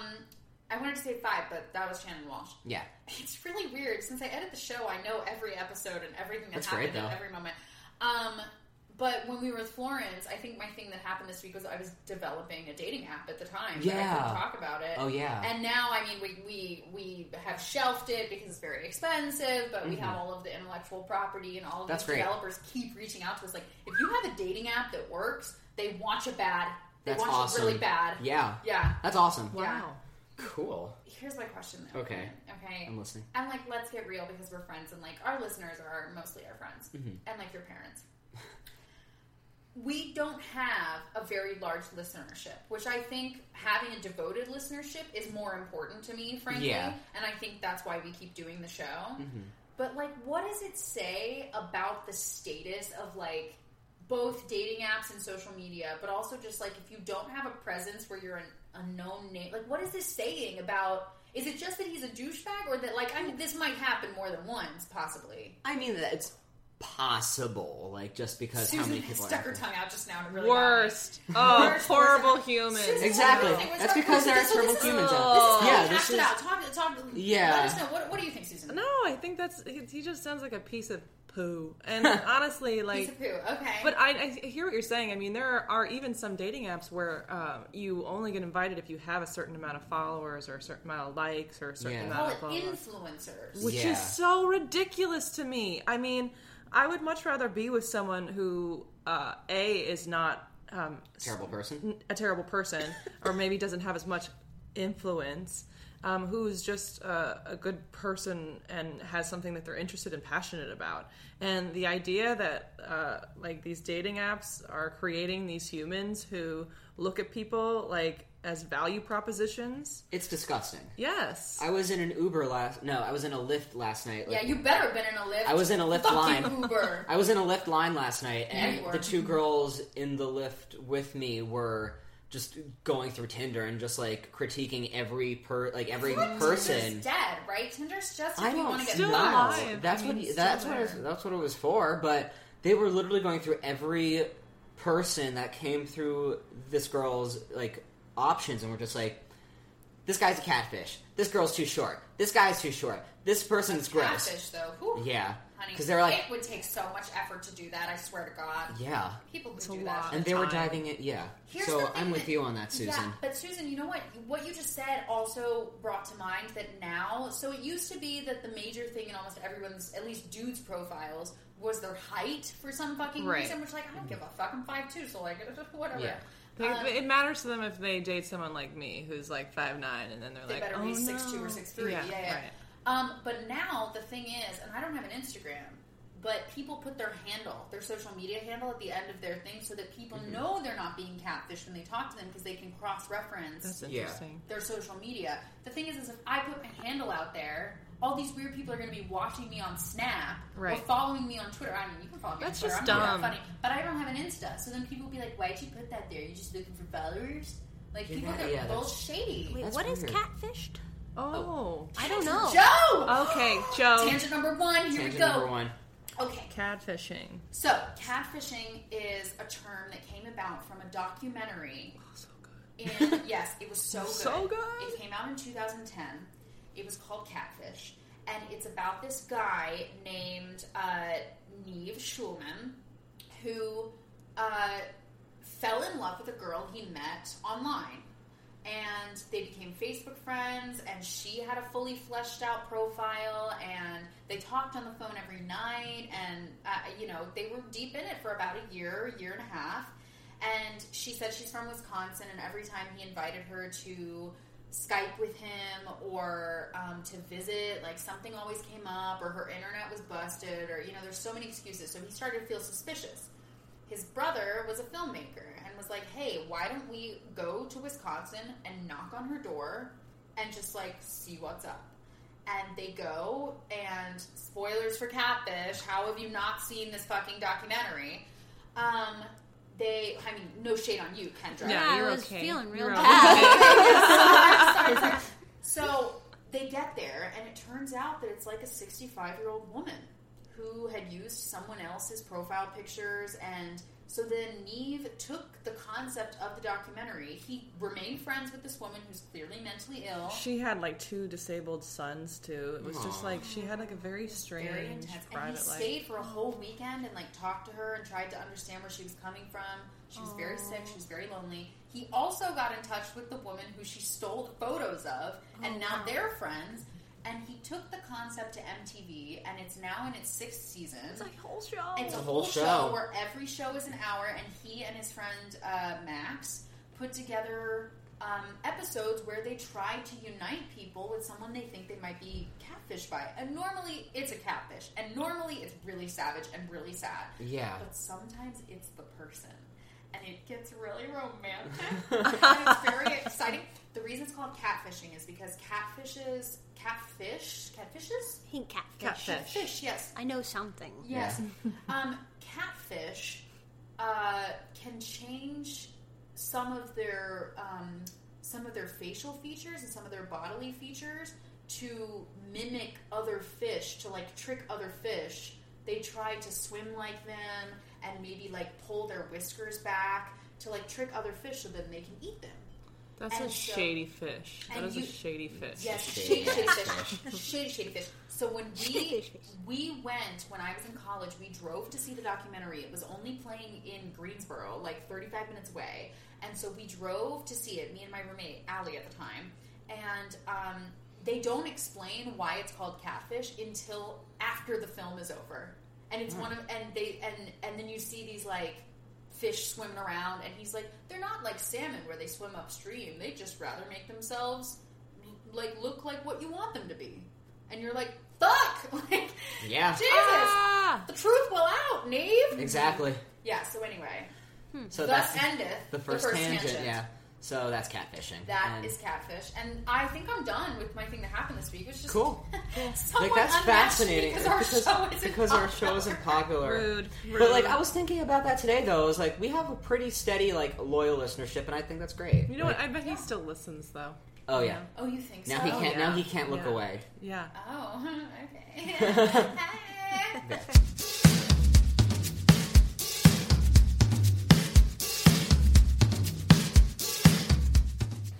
I wanted to say five, but that was Shannon Walsh. Yeah. It's really weird since I edit the show. I know every episode and everything that That's happened great, at though. every moment. Um, but when we were with Florence, I think my thing that happened this week was I was developing a dating app at the time. but I Yeah. couldn't talk about it. Oh, yeah. And now, I mean, we we we have shelved it because it's very expensive. But we have all of the intellectual property and all of Mm-hmm. That's these great. developers keep reaching out to us. Like, if you have a dating app that works, they want you bad. They That's want awesome. you really bad. Yeah. Yeah. That's awesome. Wow. Yeah. Cool. Here's my question though. Okay. Okay. I'm listening. And like, let's get real because we're friends, and like, our listeners are mostly our friends, and like your parents. We don't have a very large listenership, which I think having a devoted listenership is more important to me, frankly. Yeah. And I think that's why we keep doing the show. But like, what does it say about the status of like both dating apps and social media, but also just like if you don't have a presence where you're an, a known name, like what is this saying about? Is it just that he's a douchebag, or that like I mean, this might happen more than once, possibly? I mean that it's possible, like just because how Susan many people stuck are her tongue out just now. And it really Worst. Oh, Worst horrible person. human. Susan- Exactly. Everything was That's right. because So there are this was- terrible this humans out This is there. how Yeah, you this hashed is it out. Talk, talk. Yeah. Let us know. What, what do you think, Susan? No, I think that's he, he just sounds like a piece of poo. And honestly, Piece like of poo. Okay. But I, I hear what you're saying. I mean, there are even some dating apps where uh, you only get invited if you have a certain amount of followers or a certain amount of likes or a certain Yeah. call amount it of blah, blah, blah. influencers. which Yeah. is so ridiculous to me. I mean, I would much rather be with someone who uh, a is not um, s- terrible person. a terrible person or maybe doesn't have as much influence um, who's just uh, a good person and has something that they're interested and passionate about and the idea that uh, like these dating apps are creating these humans who look at people like as value propositions It's disgusting. yes I was in an Uber last no, I was in a Lyft last night. Yeah, Like, you better have been in a lift. I was in a Lyft Fuck line. You, Uber. I was in a Lyft line last night and you were. the two girls in the Lyft with me were just going through Tinder and just like critiquing every per like every person. Tinder's dead, right? Tinder's just if I you don't want to get still know. nuts. alive. That's I what mean, it's that's still what it, there. that's what it was for. But they were literally going through every person that came through this girl's like options, and were just like, "This guy's a catfish. This girl's too short. This guy's too short. This person's gross." Catfish, though. Whew. Yeah, Honey, because they're like, it would take so much effort to do that. I swear to God. yeah, People who a do that. lot. shit. and they were Time. diving it. Yeah, Here's the so thing I'm with that- you on that, Susan. Yeah, but Susan, you know what? What you just said also brought to mind that now. So it used to be that the major thing in almost everyone's, at least dudes' profiles, was their height for some fucking Right. reason. Which, like, I don't give a fuck. I'm five two, so like, whatever. Yeah. They- Um, it matters to them if they date someone like me who's like five nine and then they're They like better oh, be no. six two or six three. Yeah, yeah. right. Um, but now the thing is, and I don't have an Instagram, but people put their handle, their social media handle, at the end of their thing, so that people Mm-hmm. know they're not being catfished when they talk to them because they can cross reference that's Yeah. interesting their social media. The thing is, is if I put my handle out there. All these weird people are going to be watching me on Snap or Right. following me on Twitter. I mean, you can follow me That's on Twitter. just I'm not dumb. That funny, but I don't have an Insta, so then people will be like, "Why'd you put that there? You just looking for followers?" Like people Yeah, that yeah, are both that's- shady. Wait, That's what is weird. catfished? oh I don't know. Joe. okay joe Tangent number one. Here we Tangent go. number one. Okay, catfishing so catfishing is a term that came about from a documentary. so good In, yes, it was so good. So good. It came out in 2010. It was called Catfish, and it's about this guy named uh, Neve Schulman who uh, fell in love with a girl he met online. And they became Facebook friends, and she had a fully fleshed out profile, and they talked on the phone every night, and, uh, you know, they were deep in it for about a year, year and a half. And she said she's from Wisconsin, and every time he invited her to Skype with him or um, to visit, like something always came up, or her internet was busted, or you know, there's so many excuses. So he started to feel suspicious. His brother was a filmmaker and was like, hey, why don't we go to Wisconsin and knock on her door and just like see what's up? And they go, and spoilers for Catfish, how have you not seen this fucking documentary? Um, they, I mean, no shade on you, Kendra. No, yeah, you're I was okay. feeling real You're bad. Sorry, sorry, sorry. so they get there, and it turns out that it's like a 65 year old woman who had used someone else's profile pictures. And so then Neve took the concept of the documentary. He remained friends with this woman who's clearly mentally ill. She had like two disabled sons too. It was just like she had like a very strange very intense. And he private life. stayed for a whole weekend and like talked to her and tried to understand where she was coming from. She was very sick. She was very lonely. He also got in touch with the woman who she stole the photos of, Oh, and now they're friends. And he took the concept to MTV, and it's now in its sixth season. It's like whole show. It's a whole whole show. show. where every show is an hour, and he and his friend uh, Max put together um, episodes where they try to unite people with someone they think they might be catfished by. And normally it's a catfish, and normally it's really savage and really sad. Yeah. But sometimes it's the person. And it gets really romantic. and it's very exciting. The reason it's called catfishing is because catfishes, catfish, catfishes? He catfish. Catfish. Fish, yes. I know something. Yes. um, catfish uh, can change some of their um, some of their facial features and some of their bodily features to mimic other fish to like trick other fish. They try to swim like them and maybe like pull their whiskers back to like trick other fish so then they can eat them. That's a and so- shady fish. That and is a you- shady fish. Yes, Shady shady, shady ass fish. Shady, shady fish. So when Shady we fish. we went when I was in college, we drove to see the documentary. It was only playing in Greensboro, like 35 minutes away, and so we drove to see it. Me and my roommate Allie at the time, and um, they don't explain why it's called catfish until after the film is over, and it's one of and they and and then you see these like fish swimming around and he's like they're not like salmon where they swim upstream they just rather make themselves like look like what you want them to be and you're like fuck like Yeah. jesus Ah! the truth will out nave Exactly. yeah so anyway So thus that's endeth the first, tangent, Yeah. So that's catfishing. That And- is catfish, and I think I'm done with my thing that happened this week. Which is Cool. somewhat like that's unmatched fascinating because our show isn't because our show isn't popular. Rude, But like rude. I was thinking about that today though. I was like we have a pretty steady like loyal listenership and I think that's great. You know what? Like, I bet he still listens though. oh yeah. Oh, you think Now so? he can't now yeah. he can't look Yeah. away. Yeah. Oh, okay.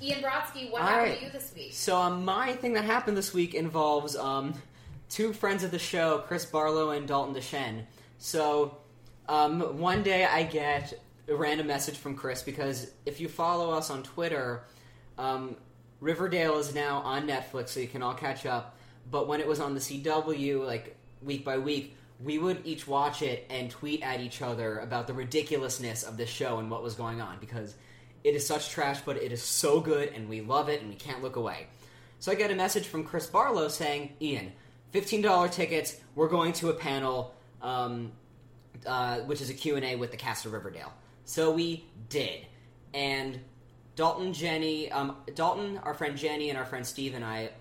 Ian Brodsky, what All happened right. to you this week? So um, my thing that happened this week involves um, two friends of the show, Chris Barlow and Dalton Deshen. So um, one day I get a random message from Chris because if you follow us on Twitter, um, Riverdale is now on Netflix, so you can all catch up. But when it was on the CW, like week by week, we would each watch it and tweet at each other about the ridiculousness of the show and what was going on because it is such trash, but it is so good and we love it and we can't look away. So I get a message from Chris Barlow saying, Ian, $15 tickets, we're going to a panel, um, uh, which is a Q&A with the cast of Riverdale. So we did. And Dalton, Jenny, um, Dalton, our friend Jenny, and our friend Steve and I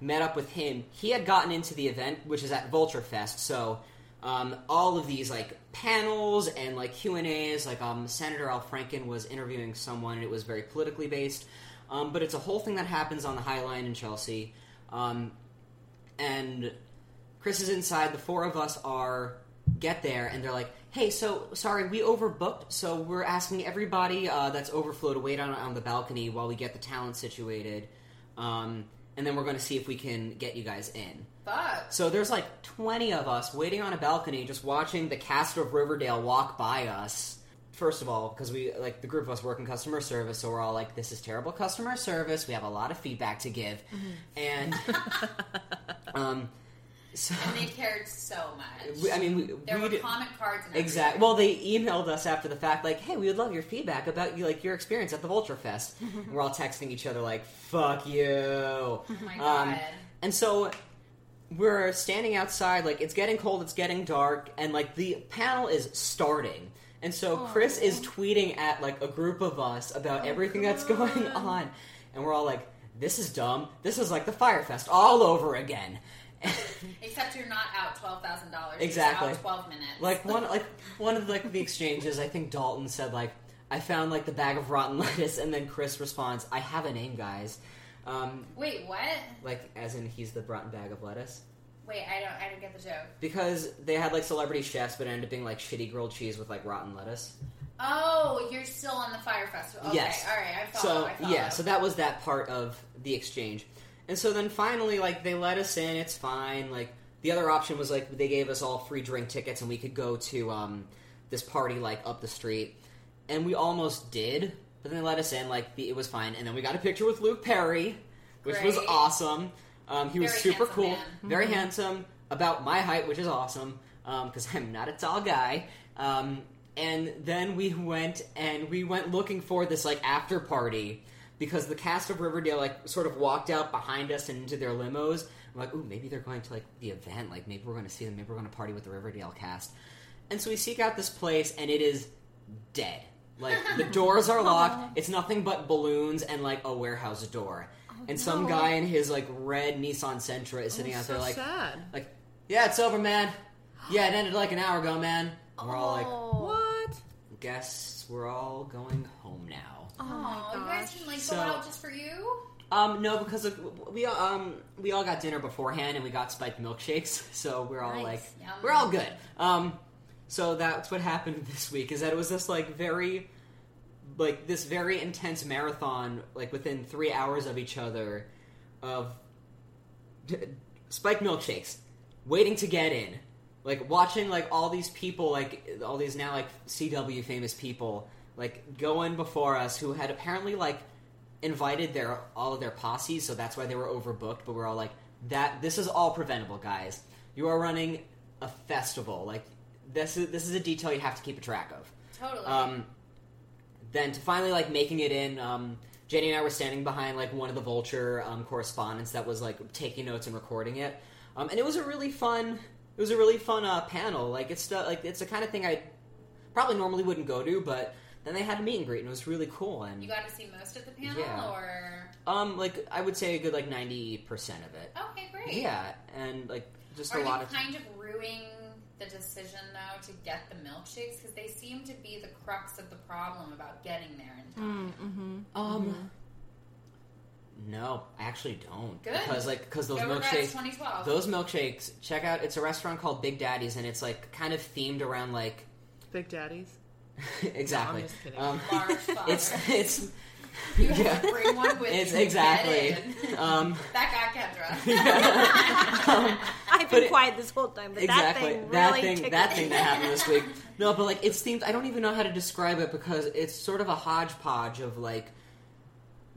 met up with him. He had gotten into the event, which is at Vulture Fest. So um, all of these like panels and like Q and A's, like um, Senator Al Franken was interviewing someone, and it was very politically based. Um, but it's a whole thing that happens on the High Line in Chelsea, um, and Chris is inside. The four of us are get there, and they're like, "Hey, so sorry, we overbooked. So we're asking everybody uh, that's overflow to wait on on the balcony while we get the talent situated, um, and then we're going to see if we can get you guys in." Fuck. So there's like 20 of us waiting on a balcony, just watching the cast of Riverdale walk by us for first of all, because we like the group of us work in customer service, so we're all like, "This is terrible customer service." We have a lot of feedback to give, and um, so And they cared so much. we, I mean, we, there we were did- comment cards. And Exactly. Well, they emailed us after the fact, like, "Hey, we would love your feedback about you, like your experience at the Vulture Fest." and we're all texting each other, like, "Fuck you!" everything. Oh my Um, god. and so we're standing outside, like it's getting cold, it's getting dark, and like the panel is starting. And so Chris is tweeting at like a group of us Oh, about everything that's going on, and we're all like, "This is dumb. This is like the Firefest all over again." Except you're not out twelve thousand dollars. Exactly. Out Twelve minutes. like one like one of like the exchanges i think dalton said like i found like the bag of rotten lettuce and then chris responds i have a name guys um Wait, what? like as in he's the rotten bag of lettuce Wait, I don't. I don't get the joke. because they had like celebrity chefs but it ended up being like shitty grilled cheese with like rotten lettuce Oh, you're still on the fire festival. Okay, yes All right. I follow. so I follow. yeah so that was that part of the exchange and so then finally like they let us in it's fine like the other option was like they gave us all free drink tickets and we could go to um, this party like up the street and we almost did but then they let us in like the, it was fine and then we got a picture with luke perry which was Great. awesome um, he was Very super handsome cool man. Mm-hmm. very handsome about my height which is awesome because i'm not a tall guy um, and then we went and we went looking for this like after party because the cast of riverdale like sort of walked out behind us and into their limos i'm like ooh maybe they're going to like the event like maybe we're going to see them maybe we're going to party with the riverdale cast and so we seek out this place and it is dead like the doors are Uh-huh. locked it's nothing but balloons and like a warehouse door Oh, and some no. guy in his like red Nissan Sentra is sitting out there Oh, so like sad. like yeah, it's over, man. Yeah, it ended like an hour ago, man. And we're all like, Oh. What? guess we're all going home now. Oh Oh, my you guys gosh. didn't like So- go out just for you? Um, no, because of, we all, um we all got dinner beforehand and we got spiked milkshakes, so we're all Nice. like Yum. we're all good. Um, so that's what happened this week is that it was this like very like this very intense marathon like within three hours of each other of d- spiked milkshakes waiting to get in like watching like all these people like all these now like cw famous people like go in before us who had apparently like invited their all of their posses so that's why they were overbooked but we're all like that this is all preventable guys you are running a festival like this is this is a detail you have to keep a track of Totally. um, then to finally like making it in, um, Jenny and I were standing behind like one of the Vulture um, correspondents that was like taking notes and recording it, um, and it was a really fun. It was a really fun uh, panel. Like it's the, like it's the kind of thing I probably normally wouldn't go to, but then they had a meet and greet and it was really cool. you And got to see most of the panel, Yeah. or um, like I would say a good like ninety percent of it. okay, great. Yeah, and like just Are a lot you of kind of ruining the decision though to get the milkshakes because they seem to be the crux of the problem about getting there in time? um. No, I actually don't. Mm-hmm. Good. Because like because those No regrets, milkshakes 2012. Those milkshakes, check out. It's a restaurant called Big Daddy's, and it's like kind of themed around like Big daddies. exactly. No, I'm just kidding. Um, Large it's father. it's you have yeah. to bring one with It's you to get exactly. in. Um, that got Kendra. um, I've But been it- quiet this whole time, but exactly. that thing that really thing, tickled that me. thing that happened this week. No, but like it's themed. I don't even know how to describe it because it's sort of a hodgepodge of like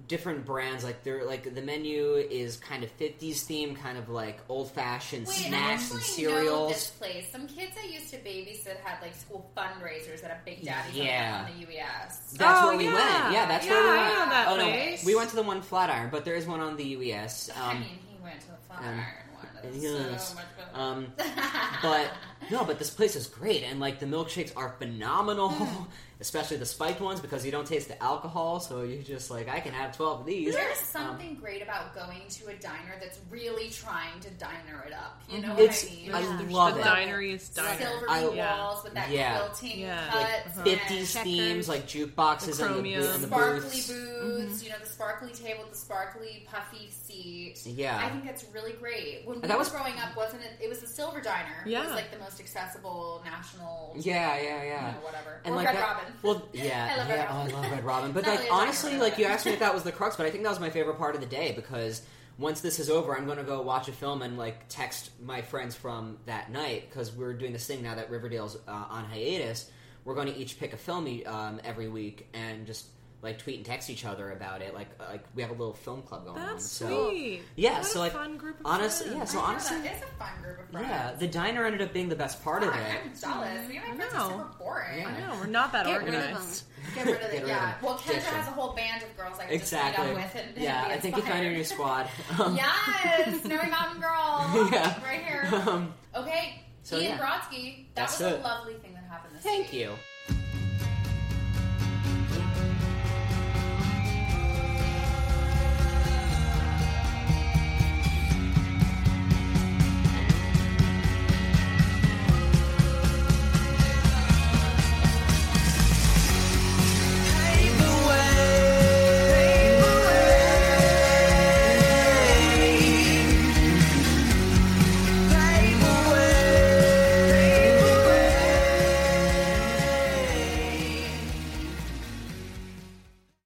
different brands. Like they're like the menu is kind of fifties themed, kind of like old fashioned Wait, snacks I and actually know cereals. this place. Some kids I used to babysit had like school fundraisers at a Big Daddy's Yeah. on the UES. That's Oh, where we yeah. went. Yeah, that's yeah, where we went. I know that Oh place. no, we went to the one Flatiron, but there is one on the UES. I mean, Um, he went to the um, Flatiron one. That's yes. so much better. um, but no, but this place is great, and like the milkshakes are phenomenal, especially the spiked ones because you don't taste the alcohol, so you just like I can have twelve of these. There's Um, something great about going to a diner that's really trying to diner it up. You know Mm-hmm. It's- what I mean? I There's love the it. Dinery's diner. Silvery I- Yeah. walls with that Yeah. quilting Yeah. cut. Like and 50s themes, Checkers. like jukeboxes The and the, boo- chromium. and the Mm-hmm. Sparkly booths. booths, you know, the sparkly table, the sparkly puffy seat. Yeah. I think that's really great. When we That were was- growing up, wasn't it? It was the Silver Diner. It was Yeah. like the most accessible national, Yeah, yeah, you yeah. know, whatever. and or like Red that, Robin. Well, yeah, I love Red yeah, Robin. oh, I love Red Robin. But Not like, really a diner, honestly, Red like you Robin. asked me if that was the crux, but I think that was my favorite part of the day because once this is over, I'm going to go watch a film and like text my friends from that night because we're doing this thing now that Riverdale's uh, on hiatus. we're going to each pick a film e- um, every week and just like tweet and text each other about it. Like like we have a little film club going on. That's So sweet. yeah, What so a like fun group of honestly, friends. yeah. So I know, honestly, that is a fun group of friends. yeah, the diner ended up being the best part of God, it. I'm jealous. Me and my Mm-hmm. I friends are know. super boring. Yeah. No, we're not that Get rid of organized. Get rid of Get it. rid Yeah. of it. Well, Kendra Ditch has a it. whole band of girls I can Exactly. just meet up with. And yeah, be I think you inspired. found your new squad. Um, Yes, Snowy Mountain Girl. Yeah. Right here. um, Okay, So, Ian yeah. Brodsky. That That's was it. a lovely thing that happened this week. thank you.